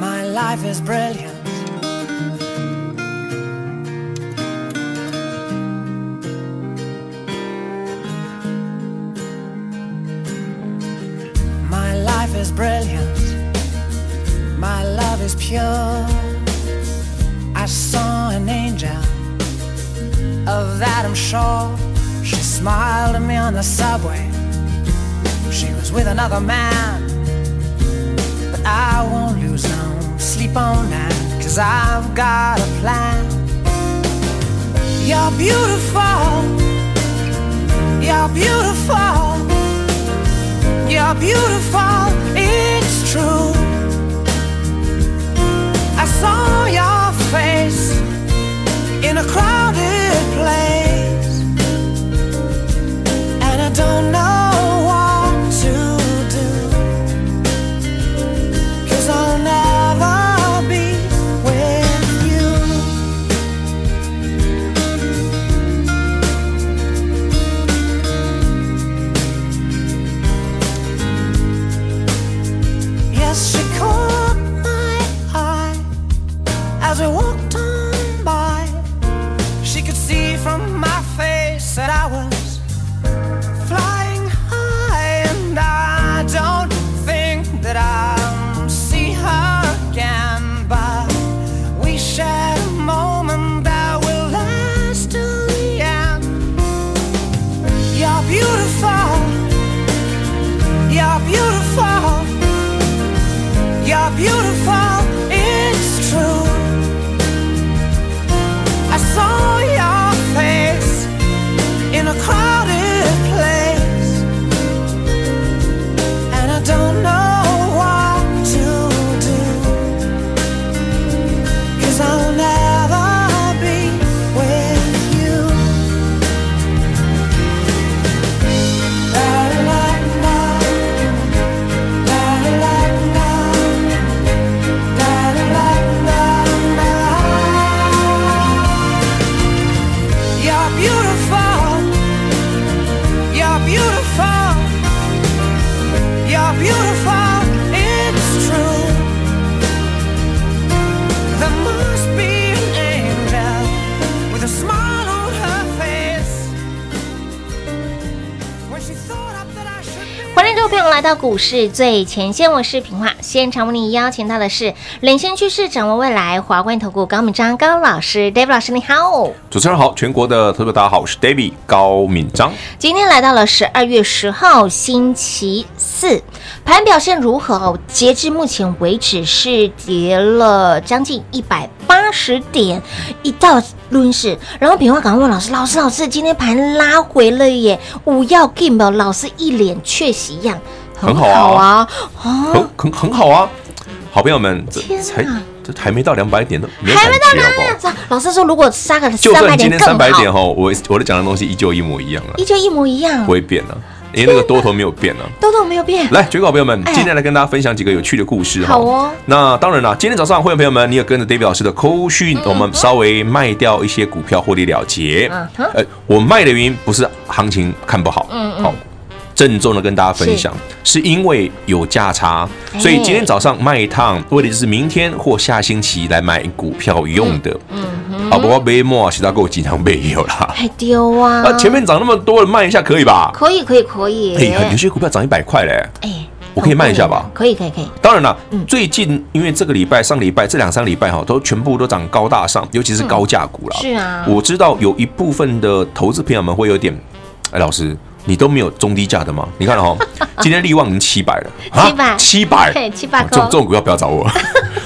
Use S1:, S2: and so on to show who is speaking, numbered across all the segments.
S1: My life is brilliant. My life is brilliant. My love is pure. I saw an angel. Of that I'm sure. She smiled at me on the subway. She was with another man. But I won't lose no sleep on that, cause I've got a plan. You're beautiful. You're beautiful. You're beautiful. It's true. I saw your face in a crowded place. And I don't know what to do. Cause I'll never be with you. Yes, she caught my eye as we walked on by. She could see from my face that I was flying high, and I don't think that I'll see her again. But we shared a moment that will last till the end. You're beautiful. You're beautiful. You're beautiful. It's true. I saw your face in a crowded place and I don't know what to do. Cause I'll never be with you. La la la la. La la la la. La la la la la. You're beautiful. You're beautiful. You're beautiful, it's true. There must be an angel with a smile on her face. When she thought up that I should be.
S2: 欢迎各位朋友来到股市最前线，我是平化。现场为你邀请到的是领先趋势、掌握未来华冠投顾高敏章高老师，David 老师，你好。
S3: 主持人好，全国的特别大家好，我是 David 高敏章。
S2: 今天来到了十二月十号星期四，盘表现如何哦？截至目前为止是跌了将近一百八十点，一到录音室，然后平花赶快问老师，老师老师，今天盘拉回了耶，五要 game 哦，老师一脸确喜样，
S3: 很好
S2: 好
S3: 啊
S2: 啊，啊
S3: 很很很好啊，好朋友们，这
S2: 天哪
S3: 才这还没到两百点都没有
S2: 还
S3: 感
S2: 没到
S3: 觉，好不好？
S2: 那，老师说如果杀个
S3: 就
S2: 三百
S3: 算今
S2: 点
S3: 天
S2: 更
S3: 三百点
S2: 好，
S3: 哈，我我的讲的东西依旧一模一样啊，
S2: 依旧一模一样
S3: 不，会变啊，因为那个多头没有变啊。
S2: 豆豆没有变，
S3: 来，全国好朋友们
S2: 哎，
S3: 今天来跟大家分享几个有趣的故事哈
S2: 好哦
S3: 那当然啦，今天早上会员朋友们，你有跟着 David 老师的扣讯，我们稍微卖掉一些股票获利了结
S2: 嗯哼。
S3: 呃，我卖的原因不是行情看不好，
S2: 嗯嗯
S3: 好。郑重的跟大家分享，是因为有价差，
S2: 哎
S3: 所以今天早上卖一趟，为的就是明天或下星期来买股票用的。
S2: 嗯
S3: 啊，不过杯末其他给我经常备有啦。
S2: 太丢啊！
S3: 啊，前面涨那么多了，卖一下可以吧？
S2: 可以可以可以，
S3: 哎，有些股票涨一百块嘞。
S2: 哎，
S3: 我可以慢一下吧
S2: 可以可以可以，
S3: 当然了
S2: 嗯，
S3: 最近因为这个礼拜、上礼拜这两三个礼拜哈，都全部都涨高大上，尤其是高价股啦。
S2: 嗯是啊
S3: 我知道有一部分的投资朋友们会有点，哎，老师，你都没有中低价的吗？你 看哈，今天利旺已经七百了，啊
S2: 700
S3: 七百，
S2: 对700
S3: 哦这种这种股票不要找 我。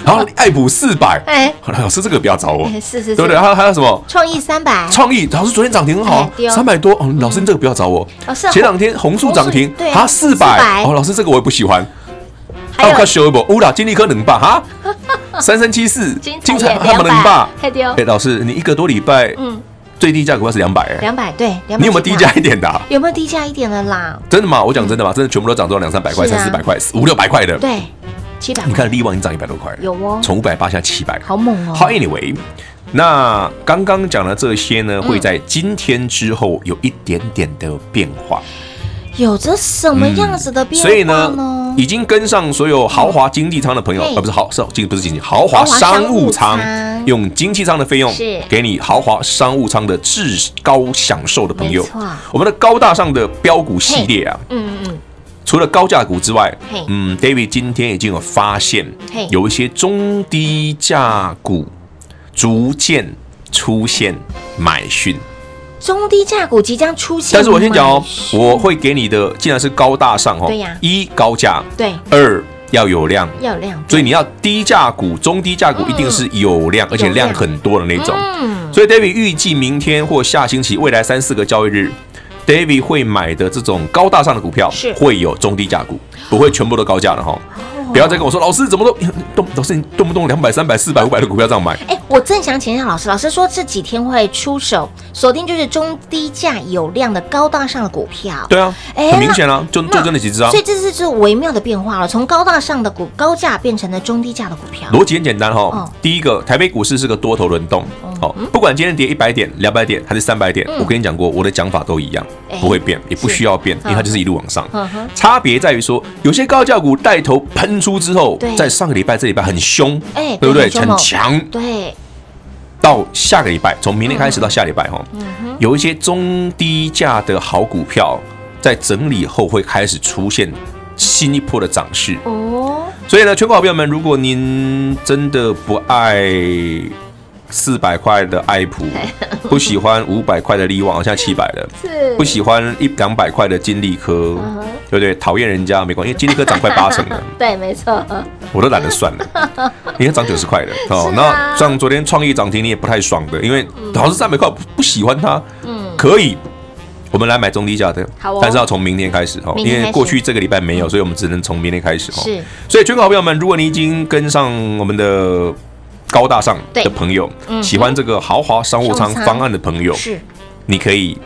S3: 然后爱普四百，
S2: 哎，
S3: 老师这个不要找我，
S2: 哎 是是是
S3: 哦对不对？还有还有什么？
S2: 创意三百，
S3: 创意老师昨天涨停很好
S2: 哎，对哦嗯
S3: 三百多。哦，老师你这个不要找我
S2: 老师。
S3: 前两天红树涨停
S2: 红树对，啊
S3: 它四百
S2: 400。
S3: 哦，老师这个我也不喜欢。
S2: 还有
S3: 快修一波，乌啦，金利科能霸 哈，三三七四，
S2: 金
S3: 金
S2: 彩
S3: 彩啊
S2: 也
S3: 他们能霸
S2: 200。嘿对哦
S3: 哎，老师，你一个多礼拜，
S2: 嗯，
S3: 最低价股票是两百，哎，
S2: 两百对，200
S3: 你有没有
S2: 几
S3: 低
S2: 块
S3: 价？一点的啊？
S2: 有没有低价一点的啦？
S3: 真的吗？我讲真的吗？真的全部都涨到两三百块、
S2: 是
S3: 三
S2: 啊
S3: 四百块、五六百块的。
S2: 对，七百。
S3: 你看力旺已经涨一百多块了，
S2: 有哦
S3: 从五百八现在七百。
S2: 好猛哦！
S3: 好，Anyway，那刚刚讲的这些
S2: 嗯
S3: 呢，会在今天之后有一点点的变化。
S2: 有着什么样子的变
S3: 嗯所以
S2: 化
S3: 呢
S2: 呢，？嗯
S3: 已经跟上所有豪华经济舱的朋友，
S2: 嘿
S3: 呃，不是豪是经不是经济豪华商务
S2: 豪
S3: 舱
S2: 华商务舱，
S3: 用经济舱的费用
S2: 是
S3: 给你豪华商务舱的至高享受的朋友
S2: 没错。
S3: 我们的高大上的标股系列啊，
S2: 嗯嗯
S3: 除了高价股之外
S2: 嘿，
S3: 嗯，David 今天已经有发现
S2: 嘿，
S3: 有一些中低价股逐渐出现买讯。
S2: 嗯，中低价股即将出现。
S3: 但是我先讲哦
S2: 买，讯
S3: 我会给你的，既然是高大上哦，
S2: 对呀
S3: 一高价，
S2: 对
S3: 二要有量，
S2: 要有量，
S3: 所以你要低价股、中低价股
S2: 嗯
S3: 一定是有量，而且量很多的那种。所以 David 预计明天或下星期未来三四个交易日，David 会买的这种高大上的股票
S2: 是，哦
S3: 会有中低价股，不会全部都高价的哈。不要再跟我说老师怎么都 动，老师你动不动两百、三百、四百、五百的股票这样买，
S2: 哎，我正想请教老师，老师说这几天会出手锁定就是中低价有量的高大上的股票。
S3: 对啊，
S2: 哎
S3: 很明显啊，就
S2: 那
S3: 就这那几只啊
S2: 所。以这是就是微妙的变化了，从高大上的股高价变成了中低价的股票。
S3: 逻辑很简单哈、
S2: 哦嗯
S3: 第一个，台北股市是个多头轮动，好、不管今天跌一百点、两百点还是三百点、我跟你讲过，我的讲法都一样
S2: 哎，
S3: 不会变，也不
S2: 是
S3: 需要变，因为它
S2: 嗯
S3: 就是一路往上。
S2: 嗯哼，
S3: 差别在于说，有些高价股带头喷出之后
S2: 对，
S3: 在上个礼拜、这礼拜很凶，
S2: 哎
S3: 对不对？
S2: 很凶哦
S3: 很强，
S2: 对，
S3: 到下个礼拜，从明天开始到下礼拜哈、
S2: 嗯
S3: 有一些中低价的好股票，在整理后会开始出现新一波的涨势。
S2: 哦，
S3: 所以呢，全国好朋友们，如果您真的不爱四百块的爱普， 不喜欢五百块的力旺，现在七百了，
S2: 哎是
S3: 不喜欢一两百块的金利科
S2: 嗯哼，
S3: 对不对？讨厌人家没关系，因为金利科涨快八成了，
S2: 对，没错，
S3: 我都懒得算了。你看涨九十块的 哦，
S2: 是啊
S3: 那像昨天创意涨停，你也不太爽的，因为好像三百块我不不喜欢它，
S2: 嗯，
S3: 可以。我们来买中低价的，
S2: 好哦
S3: 但是要从明天开始哦，
S2: 明
S3: 因
S2: 天开始嗯
S3: 为过去这个礼拜没有，所以我们只能从明天开始哦。
S2: 是
S3: 所以，全国好朋友们，如果你已经跟上我们的高大上
S2: 对
S3: 的朋友，
S2: 嗯
S3: 喜欢这个豪华商
S2: 商
S3: 务舱
S2: 务舱
S3: 方案的朋友，
S2: 是，
S3: 你可以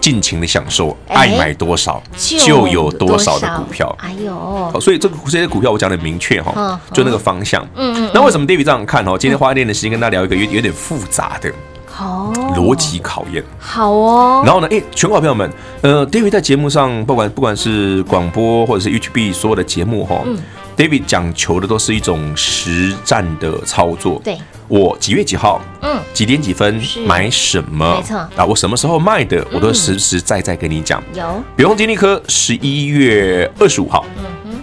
S3: 尽情的享受，
S2: 哎
S3: 爱买多少就有多少的股票。
S2: 哎呦
S3: 好，所以这个这些股票我讲的明确
S2: 嗯
S3: 哈，就那个方向。
S2: 嗯嗯嗯
S3: 那为什么 David 这样看哦？今天花一点点时间跟大家聊一个有有点复杂的
S2: 好
S3: 逻辑考验。
S2: 好哦，
S3: 然后呢，诶，全国好朋友们，呃，David 在节目上，不管不管是广播或者是 HB 所有的节目
S2: 嗯
S3: 哈、d a v i d 讲求的都是一种实战的操作。
S2: 对，
S3: 我几月几号，
S2: 嗯，
S3: 几点几分
S2: 是
S3: 买什么，
S2: 没错嗯
S3: 啊，我什么时候卖的，我都实实在在跟你讲。
S2: 有
S3: 比方金利科十一月二十五号，嗯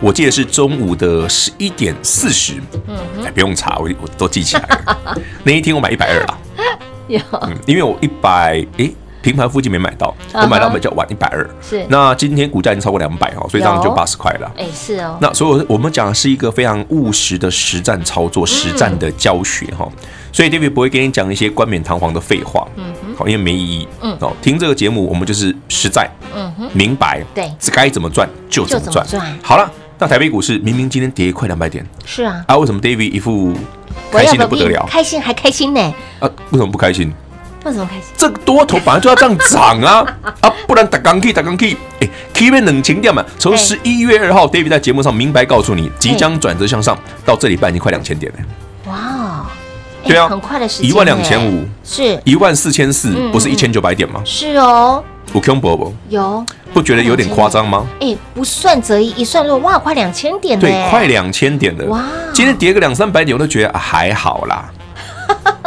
S3: 我记得是中午的十一点四十，嗯哎，不用查，我我都记起来了。 那一天我买一百二啦，啊
S2: 有
S3: 嗯，因为我一百诶平盘附近没买到，我买到
S2: 嗯哼
S3: 比较晚一百二。
S2: 是
S3: 那今天股价已经超过两百哦，所以这样就
S2: 有
S3: 八十块了。
S2: 哎是哦，
S3: 那所以我我们讲的是一个非常务实的实战操
S2: 嗯
S3: 作、实战的教学哈、所以 David 不会跟你讲一些冠冕堂皇的废话，嗯，好，因为没意义，
S2: 嗯
S3: 哦，听这个节目我们就是实在，
S2: 嗯哼，
S3: 明白，
S2: 对
S3: 该怎么赚就怎么
S2: 就怎么
S3: 赚，
S2: 赚
S3: 好了。那台北股市明明今天跌快两百点
S2: 是啊，
S3: 啊，为什么 David 一副
S2: 我
S3: 开
S2: 要
S3: 心的不得了
S2: 开心还开心呢，
S3: 啊？为什么不开心？
S2: 为什么开心？
S3: 这个多头本来就要这样涨啊 啊，不然打钢 K 打钢 K，哎，K 面冷情掉嘛。从
S2: 哎
S3: 十一月二号，David 在节目上明白告诉你，即将转折向上，到这礼拜已经快两千点了，
S2: 哇哦，哎
S3: 对啊
S2: 很快的时间，
S3: 一万两千五，
S2: 是
S3: 一万四千四
S2: 嗯，
S3: 不
S2: 嗯
S3: 是一千九百点吗？
S2: 是哦，
S3: 我 Q 伯伯
S2: 有
S3: 不觉得有点夸张吗？
S2: 哎不算则一，一算落哇快两千点呢，
S3: 对，快两千点了
S2: 哇，
S3: 今天跌个两三百点，我都觉得、啊还好 啦，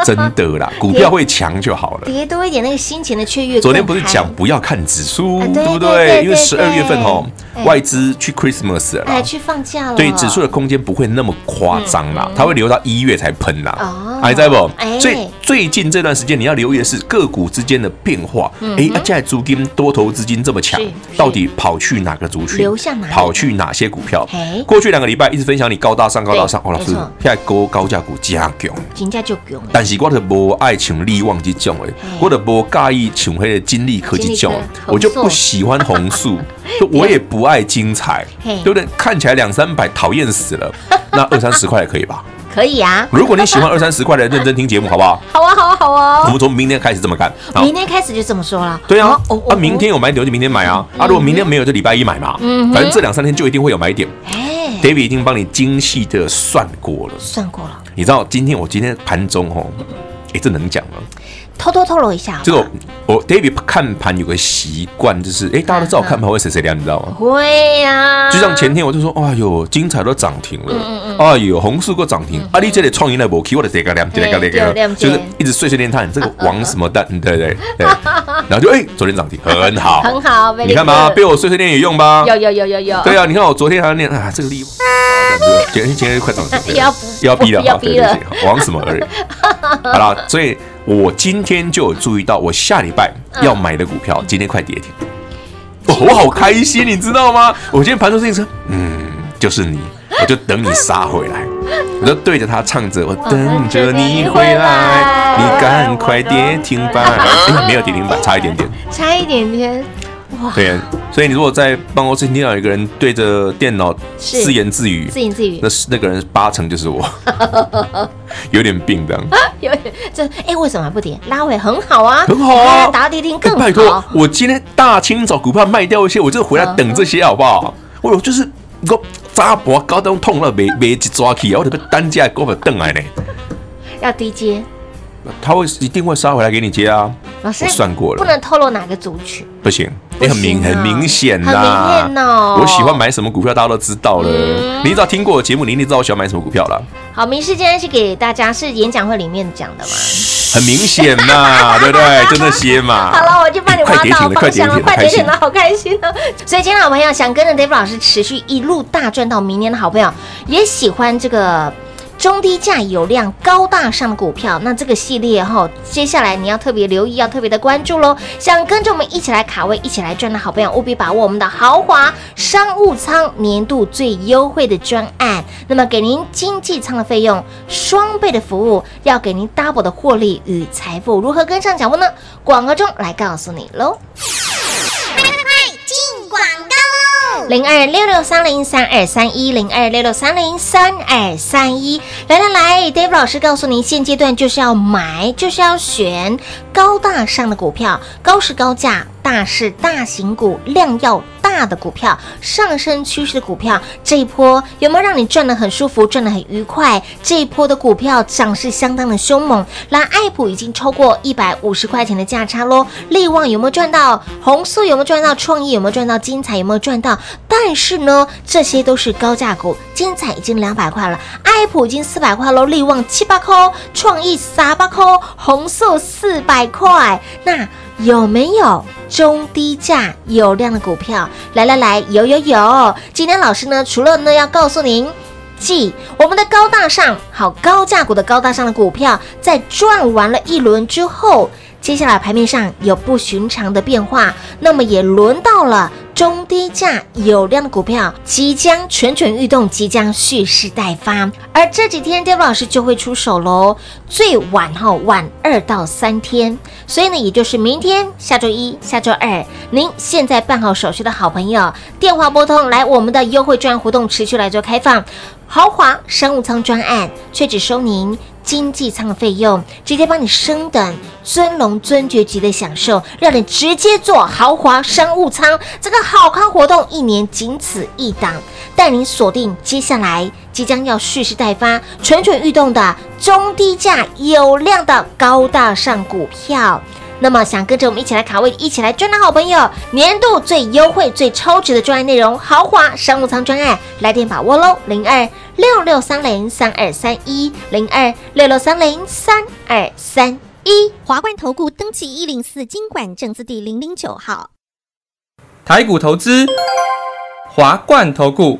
S3: 真的啦，股票会强就好了。
S2: 跌多一点那个心情的雀跃更嗨，
S3: 昨天不是讲不要看指数
S2: 啊，对
S3: 对不
S2: 对对
S3: 对？因
S2: 对哎
S3: 为十二月份哦
S2: 对，
S3: 外资去 Christmas 了啦
S2: 哎去放假了，嗯
S3: 对指数的空间不会那么夸张啦，它会留到一月才喷啦。
S2: 哦，
S3: 还在不？
S2: 哎
S3: 所以最近这段时间你要留意的是个股之间的变化。哎，啊现在租金多头资金这么强
S2: 嗯是是，
S3: 到底跑去哪个族群？
S2: 流向哪里
S3: 跑去哪些股票
S2: 哎？
S3: 过去两个礼拜一直分享你高大上高大上，
S2: 对
S3: 哦，老师
S2: 没错，
S3: 现在高高价股加强。
S2: 金价就囧了，
S3: 但是我就无爱像力旺这种的，我就无介意像迄个金利科这
S2: 嗯金
S3: 种
S2: 利
S3: 的
S2: 科，
S3: 我就不喜欢 红素，就我也不爱精彩，
S2: 嘿
S3: 对不对？看起来两三百讨厌死 了，那二三十块也可以吧？
S2: 可以啊，
S3: 如果你喜欢二三十块的，认真听节目好不好？
S2: 好啊，好啊，好
S3: 我
S2: 啊，
S3: 们从明天开始这么干。好
S2: 明，天开始就这么说了，
S3: 对啊
S2: 哦，
S3: 啊，明，天有买点就明天买啊，啊，如果明天没有就礼拜一买嘛，
S2: 嗯哼
S3: 反正这两三天就一定会有买点。
S2: 哎，
S3: David 已经帮你精细的算过了，
S2: 算过了，
S3: 你知道今天我今天盘中哦，哎，这能讲吗？
S2: 偷偷透露一下好不好，
S3: 这个我我 David 看盘有个习惯，就是哎、诶大家都知道我看盘会谁谁亮，你知道
S2: 嗯
S3: 吗？
S2: 会啊呀，
S3: 就像前天我就说，哎呦，精彩都涨停
S2: 嗯
S3: 了，哎呦，红树都涨停，啊，你这里创意那波 K，我的这个亮，这个
S2: 对
S3: 那
S2: 对亮
S3: 个，就是一直碎碎念探这个王什么蛋，对对对，对然后就哎、昨天涨停，很 好，
S2: 很好，
S3: 你看吧，被
S2: 有
S3: 我碎碎念有用吧？
S2: 有有有有，
S3: 对啊，你看我昨天还要念啊，这个利益，哎今天今天快涨停了，
S2: 要不
S3: 要逼了，
S2: 要
S3: 好对
S2: 逼了
S3: 对对对王什么而 已。好啦，所以我今天就有注意到，我下礼拜要买的股票今天快跌停，哦我好开心，你知道吗？我今天盘中自行车，嗯，就是你，我就等你杀回 来。我就对着他唱着，我等着你回来，你赶快跌停 板。哎，没有跌停板，差一点点。
S2: 差一点点，
S3: 对，所以你如果在办公室听到有一个人对着电脑
S2: 是
S3: 自言自语，
S2: 自言自语
S3: 那，是那个人八成就是我，有点病这样。
S2: 有点这哎，为什么不点？拉回很好啊，
S3: 很好啊
S2: 哎打到跌停
S3: 哎
S2: 更
S3: 拜托
S2: 好，，
S3: 我今天大清早股票卖掉一些，我就回来等这些好不好？我有就是我扎脖高都痛了，没没一抓起，我得被单价给我等来呢。
S2: 要低接。
S3: 他会一定会杀回来给你接啊，
S2: 老师
S3: 我算过了
S2: 不能透露哪个族群。
S3: 不行，你很明
S2: 不行啊
S3: 很明显
S2: 很
S3: 呐，
S2: 明显哦嗯
S3: 我喜欢买什么股票，大家都知道了。你只要听过我节目，你一定知道我喜欢买什么股票了。
S2: 好，明示今天是给大家是演讲会里面讲的嘛。
S3: 很明显嘛，对不对？就那些嘛。
S2: 好了，我就帮你挖
S3: 快跌
S2: 到
S3: 停了，快
S2: 方
S3: 跌
S2: 向
S3: 停
S2: 了，
S3: 了，
S2: 快
S3: 开
S2: 点
S3: 心
S2: 点了，好开心哦！所以，亲爱的朋友，想跟着 Dave 老师持续一路大赚到明年的好朋友，也喜欢这个。中低价有量高大上的股票，那这个系列哈、接下来你要特别留意，要特别的关注喽。想跟着我们一起来卡位，一起来赚的好朋友，务必把握我们的豪华商务舱年度最优惠的专案。那么给您经济舱的费用双倍的服务，要给您 double 的获利与财富，如何跟上脚步呢？广告中来告诉你喽。零二六六三零三二三一零二六六三零三二三一。来来来，Dave 老师告诉您，现阶段就是要买，就是要选高大上的股票，高是高价，大是大型股，量要大的股票，上升趋势的股票。这一波有没有让你赚得很舒服，赚得很愉快？这一波的股票涨势相当的凶猛，来爱普已经超过一百五十块钱的价差喽。力旺有没有赚到？红素有没有赚到？创意有没有赚到？精彩有没有赚到？但是呢，这些都是高价股，精彩已经两百块了，爱普已经四百块喽，力旺七八块，创意三八块，哦红素四百块。那有没有中低价有量的股票？来来来，有有有！今天老师呢，除了呢要告诉您。即我们的高大上，好高价股的高大上的股票，在转完了一轮之后，接下来盘面上有不寻常的变化，那么也轮到了中低价有量的股票即将蠢蠢欲动，即将蓄势待发。而这几天 d a v 老师就会出手喽，最晚哈、晚二到三天，所以呢，也就是明天、下周一、下周二，您现在办好手续的好朋友，电话拨通来，我们的优惠券活动持续来做开放。豪华商务舱专案，却只收您经济舱的费用，直接帮你升等尊龙尊爵级的享受，让你直接坐豪华商务舱。这个好康活动一年仅此一档，带您锁定接下来即将要蓄势待发、蠢蠢欲动的中低价有量的高大上股票。那么想跟着我们一起来卡位、一起来赚的好朋友，年度最优惠、最超值的专案内容，豪华商务舱专案，来电把握喽！零二六六三零三二三一，零二六六三零三二三一。
S4: 华冠投顾登记一零四经管证字第零零九号。
S5: 台股投资，华冠投顾。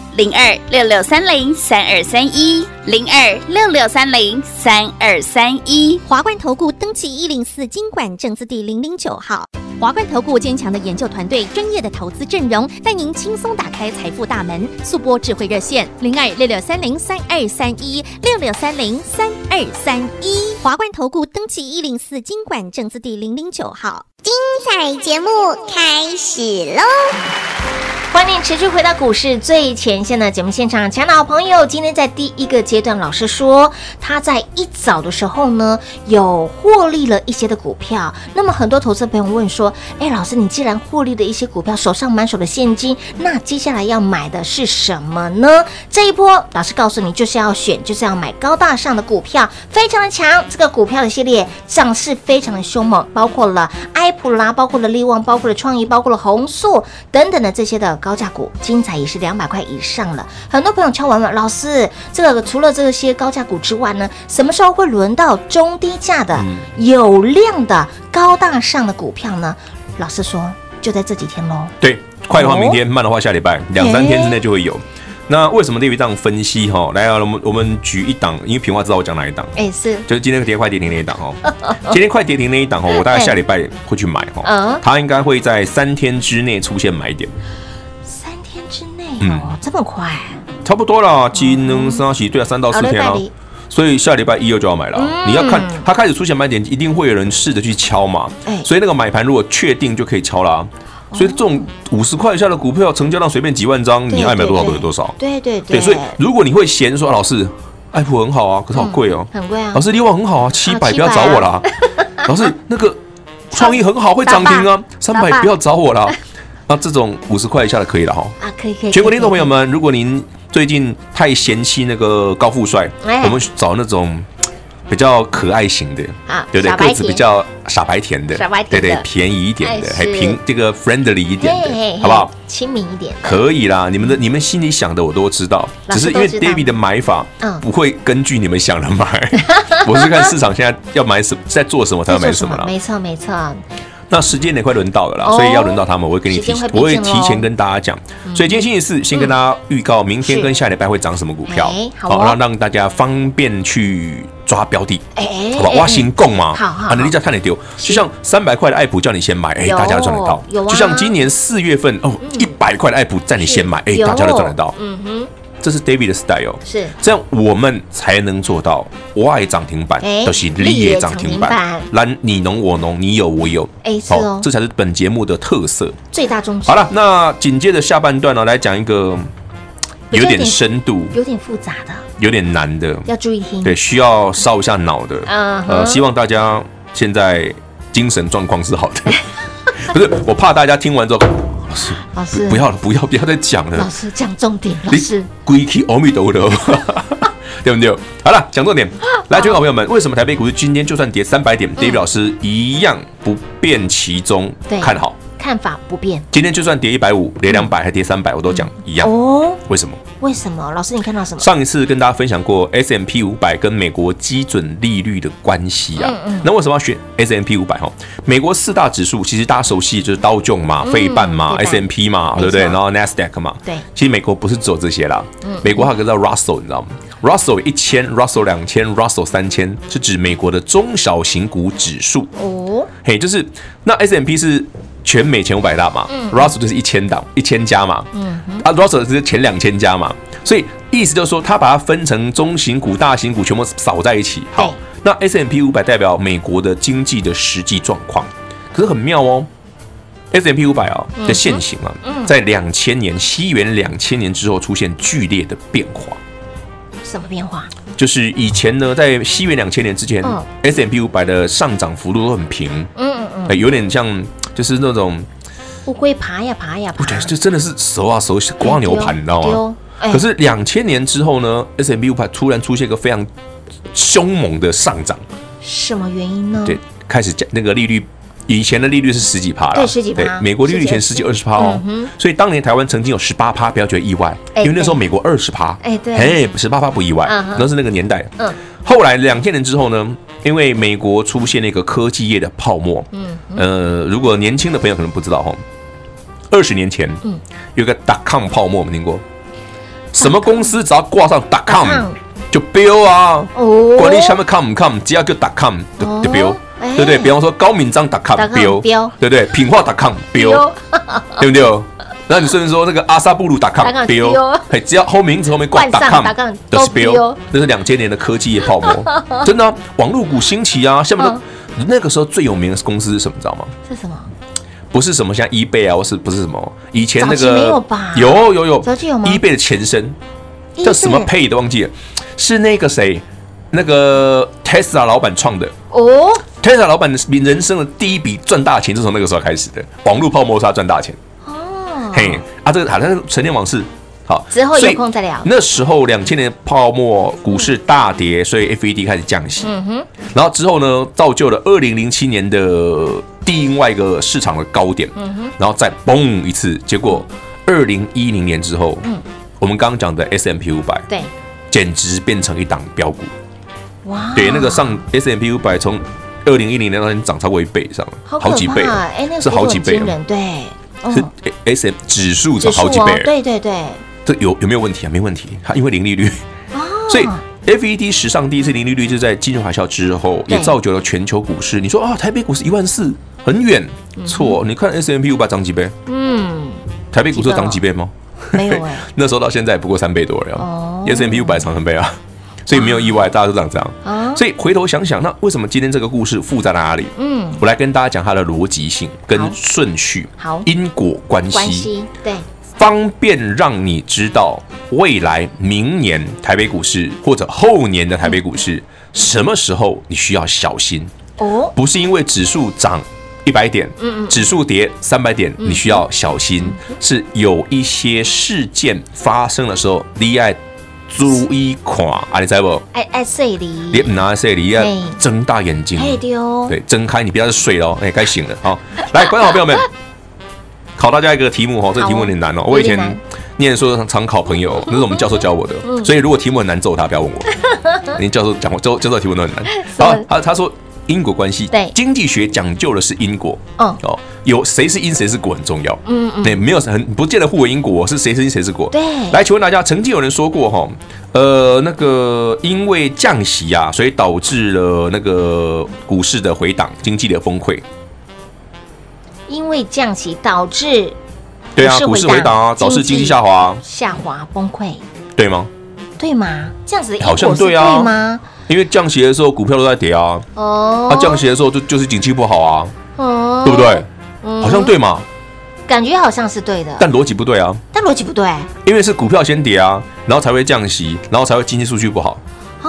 S6: 零二六六三零三二三一零二六六三零三二三一。
S4: 华冠投顾登记一零四经管证字第零零九号。华冠投顾坚强的研究团队，专业的投资阵容，带您轻松打开财富大门。速播智慧热线零二六六三零三二三一六六三零三二三一。华冠投顾登记一零四经管证字第零零九号。精彩节目开始喽！
S2: 欢迎持续回到股市最前线的节目现场，强老朋友，今天在第一个阶段，老师说他在一早的时候呢，有获利了一些的股票。那么很多投资朋友问说，哎，老师，你既然获利了一些股票，手上满手的现金，那接下来要买的是什么呢？这一波，老师告诉你，就是要选，就是要买高大上的股票，非常的强。这个股票的系列涨势非常的凶猛，包括了埃普拉，包括了利旺，包括了创意，包括了红素等等的这些的高价股，精彩也是两百块以上了。很多朋友敲完了，老师，这个除了这些高价股之外呢，什么时候会轮到中低价的、
S3: 嗯
S2: 有量的、高大上的股票呢？老师说，就在这几天喽。
S3: 对，快的话明天，
S5: 哦
S3: 慢的话下礼拜，两三天之内就会有。那为什么 David 这样分析哈？来啊，我们我们举一档，因为平话知道我讲哪一档，
S2: 哎，是，
S3: 就是今天跌快跌停那一档哦。今天快跌停那一档哦，我大概下礼拜会去买
S2: 嗯
S3: 哦。它应该会在三天之内出现买点，
S2: 三天之内哦
S3: 嗯，
S2: 这么快？
S3: 差不多啦，几能三喜对啊，三到四天
S2: 哦
S3: 啊
S2: 礼拜一。
S3: 所以下礼拜一又就要买了啊、
S2: 嗯
S3: 你要看它开始出现买点，一定会有人试着去敲嘛。
S2: 哎哦
S3: 所以那个买盘如果确定就可以敲啦、所以这种五十块以下的股票，成交量随便几万张，
S2: 对
S3: 你爱买多少
S2: 对
S3: 得多少。
S2: 对对对，
S3: 对，所以如果你会嫌说啊老师，爱普很好啊，可是好贵哦、
S2: 很贵啊
S3: 老。师，利旺很好啊，七百
S2: 700
S3: 不要找我啦。 老师，那个创意很好，会涨停啊，三
S2: 爸
S3: 百不要找我啦。那这种五十块以下的可以了哈。
S2: 啊，可以可以。
S3: 全国听众
S2: 可
S3: 朋
S2: 以
S3: 友，们，如果您最近太嫌弃那个高富帅，
S2: 哎
S3: 我们找那种嗯比较可爱型的
S2: 啊，
S3: 对不
S2: 傻
S3: 对？
S2: 白
S3: 个子比较傻白甜的，
S2: 傻白甜的
S3: 对对，便宜一点的，
S2: 哎
S3: 还
S2: 是
S3: 平这个 friendly 一点
S2: 嘿嘿
S3: 的，
S2: 嘿
S3: 好不好？？
S2: 亲民一点的，
S3: 可以啦，你们的你们心里想的我都知道，
S2: 老
S3: 只
S2: 师
S3: 是
S2: 都
S3: 因为
S2: 知道
S3: David 的买法
S2: 嗯
S3: 不会根据你们想的 买，我是看市场现在要买什在做什么，他要
S2: 在
S3: 买
S2: 做
S3: 什么啦。
S2: 没错没错，
S3: 那时间也快轮到了啦，
S2: 哦
S3: 所以要轮到他们，我会跟你
S2: 时
S3: 提
S2: 间会，逼近
S3: 我
S2: 咯嗯
S3: 会提前跟大家讲。所以今天星期四，先跟大家预告明天
S2: 是
S3: 跟下礼拜会涨什么股票
S2: 哎，好哦
S3: 让让大家方便去抓标的。
S2: 哎哎
S3: 好吧，挖行供嘛，
S2: 好好
S3: 啊，能力价看得丢，就像三百块的爱普叫你先买，哎，
S2: 有
S3: 大家都赚得到
S2: 有啊；嗯
S3: 就像今年四月份哦，一百块的爱普叫你先买，哎，
S2: 有
S3: 大家都赚得到。
S2: 嗯哼，
S3: 这是 David 的 style，哦
S2: 是
S3: 这样我们才能做到我爱涨停板
S2: 哎，
S3: 就是你也涨停
S2: 你也涨
S3: 板
S2: 停，
S3: 蓝你侬我侬，你有我有，
S2: 哎是哦
S3: 这才是本节目的特色。
S2: 最大宗旨。
S3: 好了，，那紧接着下半段呢，来讲一个
S2: 比
S3: 有
S2: 较
S3: 点
S2: 点
S3: 深度、
S2: 有点复杂的，
S3: 有点难的，
S2: 要注意听。
S3: 对，，需要烧一下脑的。
S2: 嗯哼
S3: 呃，希望大家现在精神状况是好的。 不是，我怕大家听完之后，
S2: 嗯
S3: 老师
S2: 老师
S3: 不要了，不要，不要再讲了
S2: 老。师讲重点，老
S3: 你
S2: 师
S3: 归去阿弥陀佛， 对不对？好了，讲重点。
S2: 啊
S3: 来，全国好朋友们，为什么台北股市今天就算跌三百
S2: 嗯
S3: 点，David 老师一样不变其中
S2: 对，
S3: 看好。
S2: 看法不变
S3: 今天就算跌一百五、跌两百，还跌三百，我都讲一样。
S2: 哦。
S3: 为什么？
S2: 为什么？老师，你看到什么？
S3: 上一次跟大家分享过 S M P 五百跟美国基准利率的关系啊。
S2: 嗯
S3: 那为什么要选 S M P 五百？哈，美国四大指数其实大家熟悉，就是道琼嘛、费半嘛、
S2: 费
S3: S
S2: 半
S3: M P
S2: 嗯
S3: 嘛，
S2: 没
S3: 对不对？
S2: 错
S3: 然后 NASDAQ 嘛。
S2: 对嗯
S3: 其实美国不是只有这些啦，美国还有个叫 Russell，你知道吗？Russell 一千、Russell 两千、Russell 三千，是指美国的中小型股指数。
S2: 哦，
S3: 嘿，就是那 S M P 是全美前五百大嘛、r u s s e l l 就是一千档一千家嘛，啊，Russell 是前两千家嘛，所以意思就是说，它把它分成中型股、大型股全部扫在一起。好，那 S M P 五百代表美国的经济的实际状况，可是很妙哦。S M P 五百啊的现形啊，在两千年西元两千年之后出现剧烈的变化，
S2: 什么变化？
S3: 就是以前呢，在西元两千年之前
S2: 嗯
S3: ，S M P 五百的上涨幅度都很平，
S2: 嗯嗯嗯，
S3: 哎，有点像就是那种，
S2: 乌龟爬呀爬呀爬
S3: 我觉，得哦这真的是熟啊熟，瓜牛盘，你知道
S2: 对
S3: 吗
S2: 哦？哎
S3: 可是两千年之后呢，S M B 五百突然出现一个非常凶猛的上涨，
S2: 什么原因呢？
S3: 对，开始降那个利率以前的利率是十几趴了，
S2: 对十几趴嗯
S3: 美国利率以前十几二十趴哦，所以当年台湾曾经有十八趴，不要觉得意外，
S2: 哎
S3: 因为那时候美国二十趴，
S2: 哎对
S3: 哎，十八趴不意外
S2: 嗯哼，
S3: 那是那个年代。
S2: 嗯，
S3: 后来两千年之后呢，因为美国出现了一个科技业的泡沫，嗯，呃，如果年轻的朋友可能不知道哈，二十年前，嗯，有个 dot com 泡沫，我们听过，什么公司只要挂上 dot com
S2: .com
S3: 就 bill 啊，
S2: 哦
S3: 管理下面 com com，只要叫 dot com
S2: 哦
S3: 就就 bill，
S2: 哎
S3: 对不对？比方说高敏章 dot com
S2: .com
S3: bill，
S2: bill
S3: 对不对？品化 dot com bill，
S2: 丢
S3: 对不对？然后你甚至说那个阿萨布鲁 dot com
S2: .com bill
S3: bill，哎，只要后名字后面挂
S2: 冠上
S3: dot
S2: .com
S3: com 的
S2: 都 bill
S3: bill，那是两千年的科技业泡 沫，真的啊，网络股兴起啊，下面都
S2: 嗯
S3: 那个时候最有名的公司是什么？你知道吗？
S2: 是什么？
S3: 不是什么像 eBay 啊，或是不是什么以前那
S2: 早期
S3: 个
S2: 没有吧
S3: 有有有
S2: 早期有吗
S3: ？eBay 的前身叫什么
S2: eBay
S3: Pay 都忘记了，是那个谁，那个 Tesla 老板创的。
S2: 哦，
S3: Tesla 老板的人生的第一笔赚大钱是从那个时候开始的，网络泡沫是他赚大钱。
S2: 哦，
S3: 嘿，啊，这个好像是陈年往事。好，
S2: 之后有
S3: 所以
S2: 空再聊
S3: 那时候两千年泡沫股市大跌，所以 FED 开始降息。嗯哼。然后之后呢，造就了二零零七年的另外一个市场的高点。嗯哼。然后再嘣一次，结果二零一零年之后，嗯，我们刚刚讲的 S M P 五百，
S2: 对，
S3: 简直变成一档标股。
S2: 哇，
S3: 对，那个上 S M P 五百从二零一零年到现在涨超过一倍以上了，
S2: 好可
S3: 好几倍
S2: 怕
S3: 了，
S2: 哎，那个
S3: 是好几倍
S2: 幅度很惊
S3: 了，
S2: 人，对，嗯
S3: 是哎 S M 指数
S2: 指
S3: 涨
S2: 数
S3: 好几倍
S2: 哦，
S3: 了。
S2: 对对对，
S3: 这有有没有问题啊？没问题，它因为零利率，
S2: 啊
S3: 所以 FED 史上第一次零利率就在金融海啸之后，
S2: 对
S3: 也造就了全球股市。你说啊，台北股市一万四很远，错，你看 S M P 五百涨几倍，
S2: 嗯，
S3: 台北股市有涨几倍吗？
S2: 没 有哎，
S3: 那时候到现在也不过三倍多
S2: 哦
S3: 了，S M P 五百涨三倍啊，所以没有意外，大家都涨这样。
S2: 啊，
S3: 所以回头想想，那为什么今天这个故事复杂在哪里？
S2: 嗯，
S3: 我来跟大家讲它的逻辑性跟
S2: 好
S3: 顺序，
S2: 好
S3: 因果关
S2: 关
S3: 系，
S2: 系对，
S3: 方便让你知道未来明年台北股市或者后年的台北股市什么时候你需要小心，
S2: 哦，
S3: 不是因为指数涨。一百点，
S2: 嗯
S3: 指数跌三百点，你需要小心。是有一些事件发生的时候，你要注意看，啊，你知道不？
S2: 爱爱碎
S3: 你
S2: 梨，
S3: 唔拿这里，你要
S2: 嘿
S3: 睁大眼睛。
S2: 哎丢，
S3: 嗯对，睁开你不要再睡了哦，哎、该醒了。好，来，观众好朋 友们，考大家一个题目哦，这个题目有点难哦。我以前
S2: 啊有点难嗯
S3: 念书常常考朋友，那是我们教授教我的，所以如果题目很难揍他，不要问 我。你教授讲过，教教授的题目都很难。好，他他说因果关系，
S2: 对
S3: 经济学讲究的是因果。
S2: 嗯
S3: 哦，有谁是因谁是果很重要。
S2: 嗯嗯
S3: 对，没有很不见得互为因果，是谁是因谁是果。
S2: 对
S3: 来，请问大家，曾经有人说过哈，呃，那个因为降息啊，所以导致了那个股市的回档、经济的崩溃。
S2: 因为降息导致
S3: 对啊，
S2: 股
S3: 股
S2: 市
S3: 市
S2: 回档
S3: 回档啊，导致经济下滑、啊，
S2: 下滑崩溃，
S3: 对吗？
S2: 对吗？这样子的因
S3: 好像
S2: 果是
S3: 对啊
S2: 对吗？
S3: 因为降息的时候股票都在跌啊，
S2: 哦，
S3: 啊，降息的时候就就是景气不好啊，
S2: 哦
S3: 对不？对？
S2: 嗯
S3: 好像，对嘛，
S2: 感觉好像是对的，
S3: 但逻辑不对啊，
S2: 但逻辑不对。
S3: 因为是股票先跌啊，然后才会降息，然后才会经济数据不好。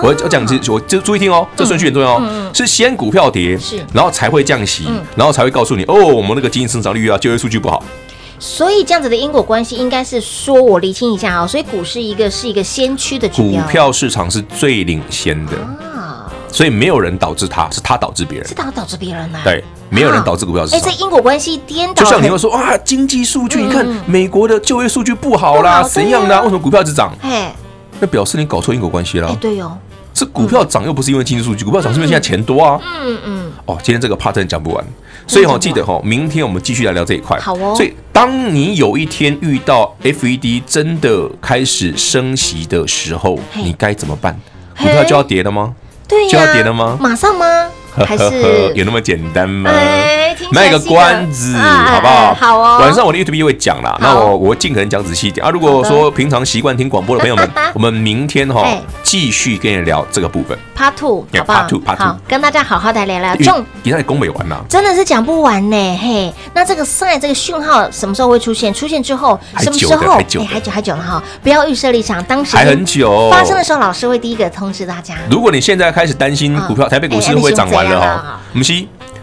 S3: 我要讲清，我就注意听哦，这顺序很重要
S2: 啊嗯
S3: 哦，是先股票跌
S2: 是，嗯
S3: 然后才会降息，然后才会告诉你哦，我们那个经济增长率啊，就业数据不好。
S2: 所以这样子的因果关系应该是说，我厘清一下啊、所以股市一个是一个先驱的指
S3: 股
S2: 标，
S3: 票市场是最领先的，
S2: 啊，
S3: 所以没有人导致它，是它导致别人
S2: 是。它导致别人呐、啊。
S3: 对，没有人导致股票市
S2: 哎，
S3: 场
S2: 这。因果关系颠倒
S3: 就
S2: 了，
S3: 像你会说哇，经济数据，你看美国的就业数据不好
S2: 嗯不好
S3: 啦，
S2: 对啊
S3: 怎样啦？为什么股票一直涨？
S2: 哎
S3: 那表示你搞错因果关系
S2: 哎
S3: 啦。
S2: 对哦，
S3: 是股票涨又不是因为经济数据，股票涨是因为现在钱多啊。
S2: 嗯嗯，
S3: 哦，今天这个 part 真的讲不完，所以
S2: 嗯
S3: 哈，
S2: 讲
S3: 记
S2: 不
S3: 得哈，明天我们继续来聊这一块。
S2: 好哦
S3: 所以当你有一天遇到 FED 真的开始升息的时候，
S2: 嘿
S3: 你该怎么办？
S2: 嘿
S3: 股票就要跌了吗？
S2: 对呀、
S3: 就要跌了吗
S2: 马上吗？还
S3: 有
S2: 是
S3: 那么简单吗？
S2: 哎听起来
S3: 卖个
S2: 是一个
S3: 关子，
S2: 啊
S3: 好不好？
S2: 好哦，
S3: 晚上我的 YouTube 会讲啦，那我我尽可能讲仔细一点啊。如果说平常习惯听广播的朋友们 我们明天哈
S2: 哎
S3: 继续跟你聊这个部分，
S2: Part Two 好
S3: Yeah，
S2: 不好
S3: part two，part two 嗯
S2: 好，跟大家好好的聊聊
S3: 因
S2: 重
S3: 为一旦工美完啊啦，
S2: 真的是讲不完呢，嘿。那这个 sign 这个讯号什么时候会出现？出现之后
S3: 还
S2: 什么
S3: 久
S2: 时
S3: 的
S2: 候？哎
S3: 还久的
S2: 还久还久了哈，不要预设立场，当时
S3: 还很久。
S2: 发生的时候，老师会第一个通知大家。
S3: 如果你现在开始担心股票，
S2: 嗯，
S3: 台北股市会不会涨完了哈，不是，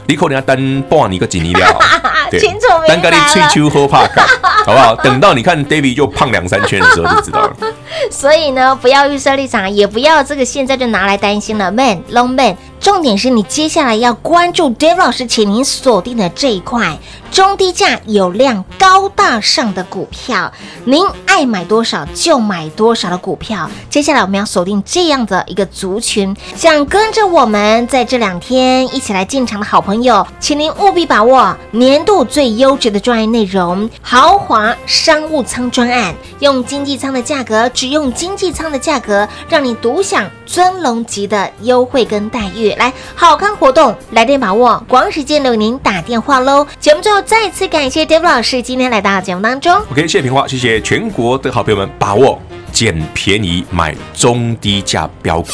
S3: 你可能要单半你个几年了 对
S2: 啊清楚明白了
S3: 单跟你吹秋喝 怕干，好不好？等到你看 David 就胖两三圈的时候就知道了。
S2: 所以呢，不要预设立场，也不要这个现在就拿来担心了。Man long man，重点是你接下来要关注 Dave 老师，请您锁定的这一块中低价有量高大上的股票，您爱买多少就买多少的股票。接下来我们要锁定这样的一个族群，想跟着我们在这两天一起来进场的好朋友，请您务必把握年度最优质的专案内容——豪华商务舱专案，用经济舱的价格，只用经济舱的价格，让你独享尊龙级的优惠跟待遇。来，好康活动，来电把握，光时间留您打电话喽。节目最后再次感谢 Dave 老师今天来到节目当中。
S3: OK，谢谢平花，谢谢全国的好朋友们，把握捡便宜买中低价标股。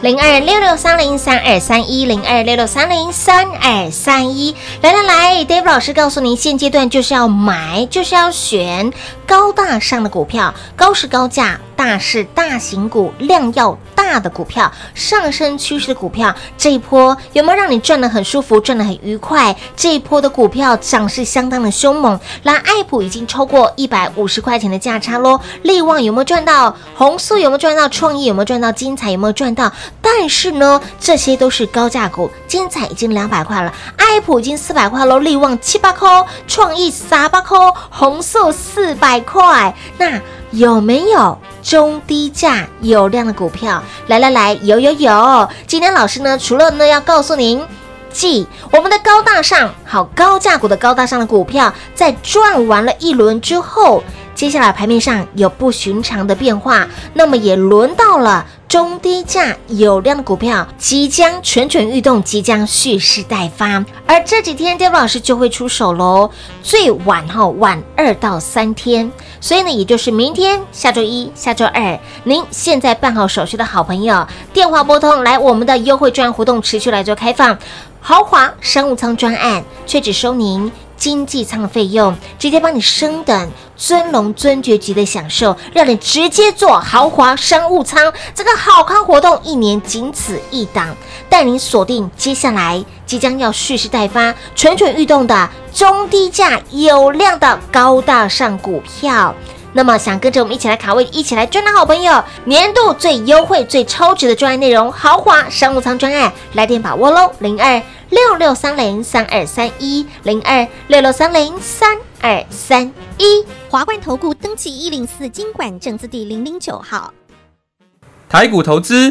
S2: 零二六六三零三二三一零二六六三零三二三一。来来来，Dave 老师告诉您，现阶段就是要买，就是要选高大上的股票，高是高价。大是大型股量要大的股票，上升趋势的股票，这一波有没有让你赚得很舒服，赚得很愉快？这一波的股票涨势相当的凶猛，来爱普已经超过一百五十块钱的价差喽。力旺有没有赚到？红素有没有赚到？创意有没有赚到？精彩有没有赚到？但是呢，这些都是高价股，精彩已经两百块了，爱普已经四百块喽，力旺七八块，创意三八块，红素四百块，那。有没有中低价有量的股票？来来来，有有有！今天老师呢，除了呢要告诉您，记我们的高大上好高价股的高大上的股票，在转完了一轮之后，接下来盘面上有不寻常的变化，那么也轮到了。中低价有量的股票即将蠢蠢欲动，即将蓄势待发。而这几天 d a v 老师就会出手喽，最晚哈、晚二到三天。所以呢，也就是明天、下周一、下周二，您现在办好手续的好朋友，电话拨通来，我们的优惠专案活动持续来做开放。豪华商务舱专案却只收您经济舱的费用，直接帮你升等尊龙尊爵级的享受，让你直接坐豪华商务舱。这个好康活动一年仅此一档，带您锁定接下来即将要蓄势待发、蠢蠢欲动的中低价有量的高大上股票。那么想跟着我们一起来卡位、一起来赚的好朋友，年度最优惠、最超值的专案内容，豪华商务舱专案，来电把握喽！零二六六三零三二三一，零二六六三零三二三一。
S4: 华冠投顾登记一零四经管证字第零零九号。
S5: 台股投资，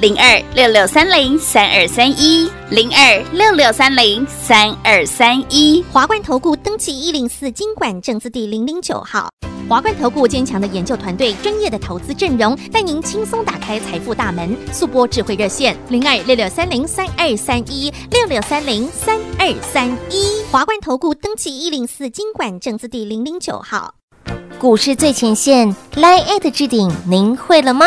S6: 零二六六三零三二三一零二六六三零三二三一。
S4: 华冠投顾登记一零四经管证字第零零九号。华冠投顾坚强的研究团队，专业的投资阵容，带您轻松打开财富大门。速播智慧热线零二六六三零三二三一六六三零三二三一。华冠投顾登记一零四经管证字第零零九号。
S2: 股市最前线 Line at 置顶，您会了吗？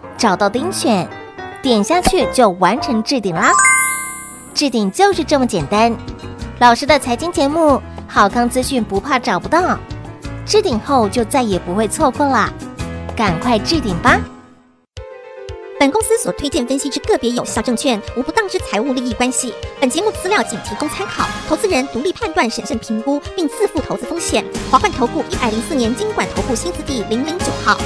S2: 找到钉选，点下去就完成置顶啦。置顶就是这么简单。老师的财经节目，好康资讯不怕找不到，置顶后就再也不会错过啦，赶快置顶吧！
S4: 本公司所推荐分析之个别有效证券，无不当之财务利益关系。本节目资料仅提供参考，投资人独立判断、审慎评估，并自负投资风险。华冠投顾一百零四年经管投顾新字第零零九号。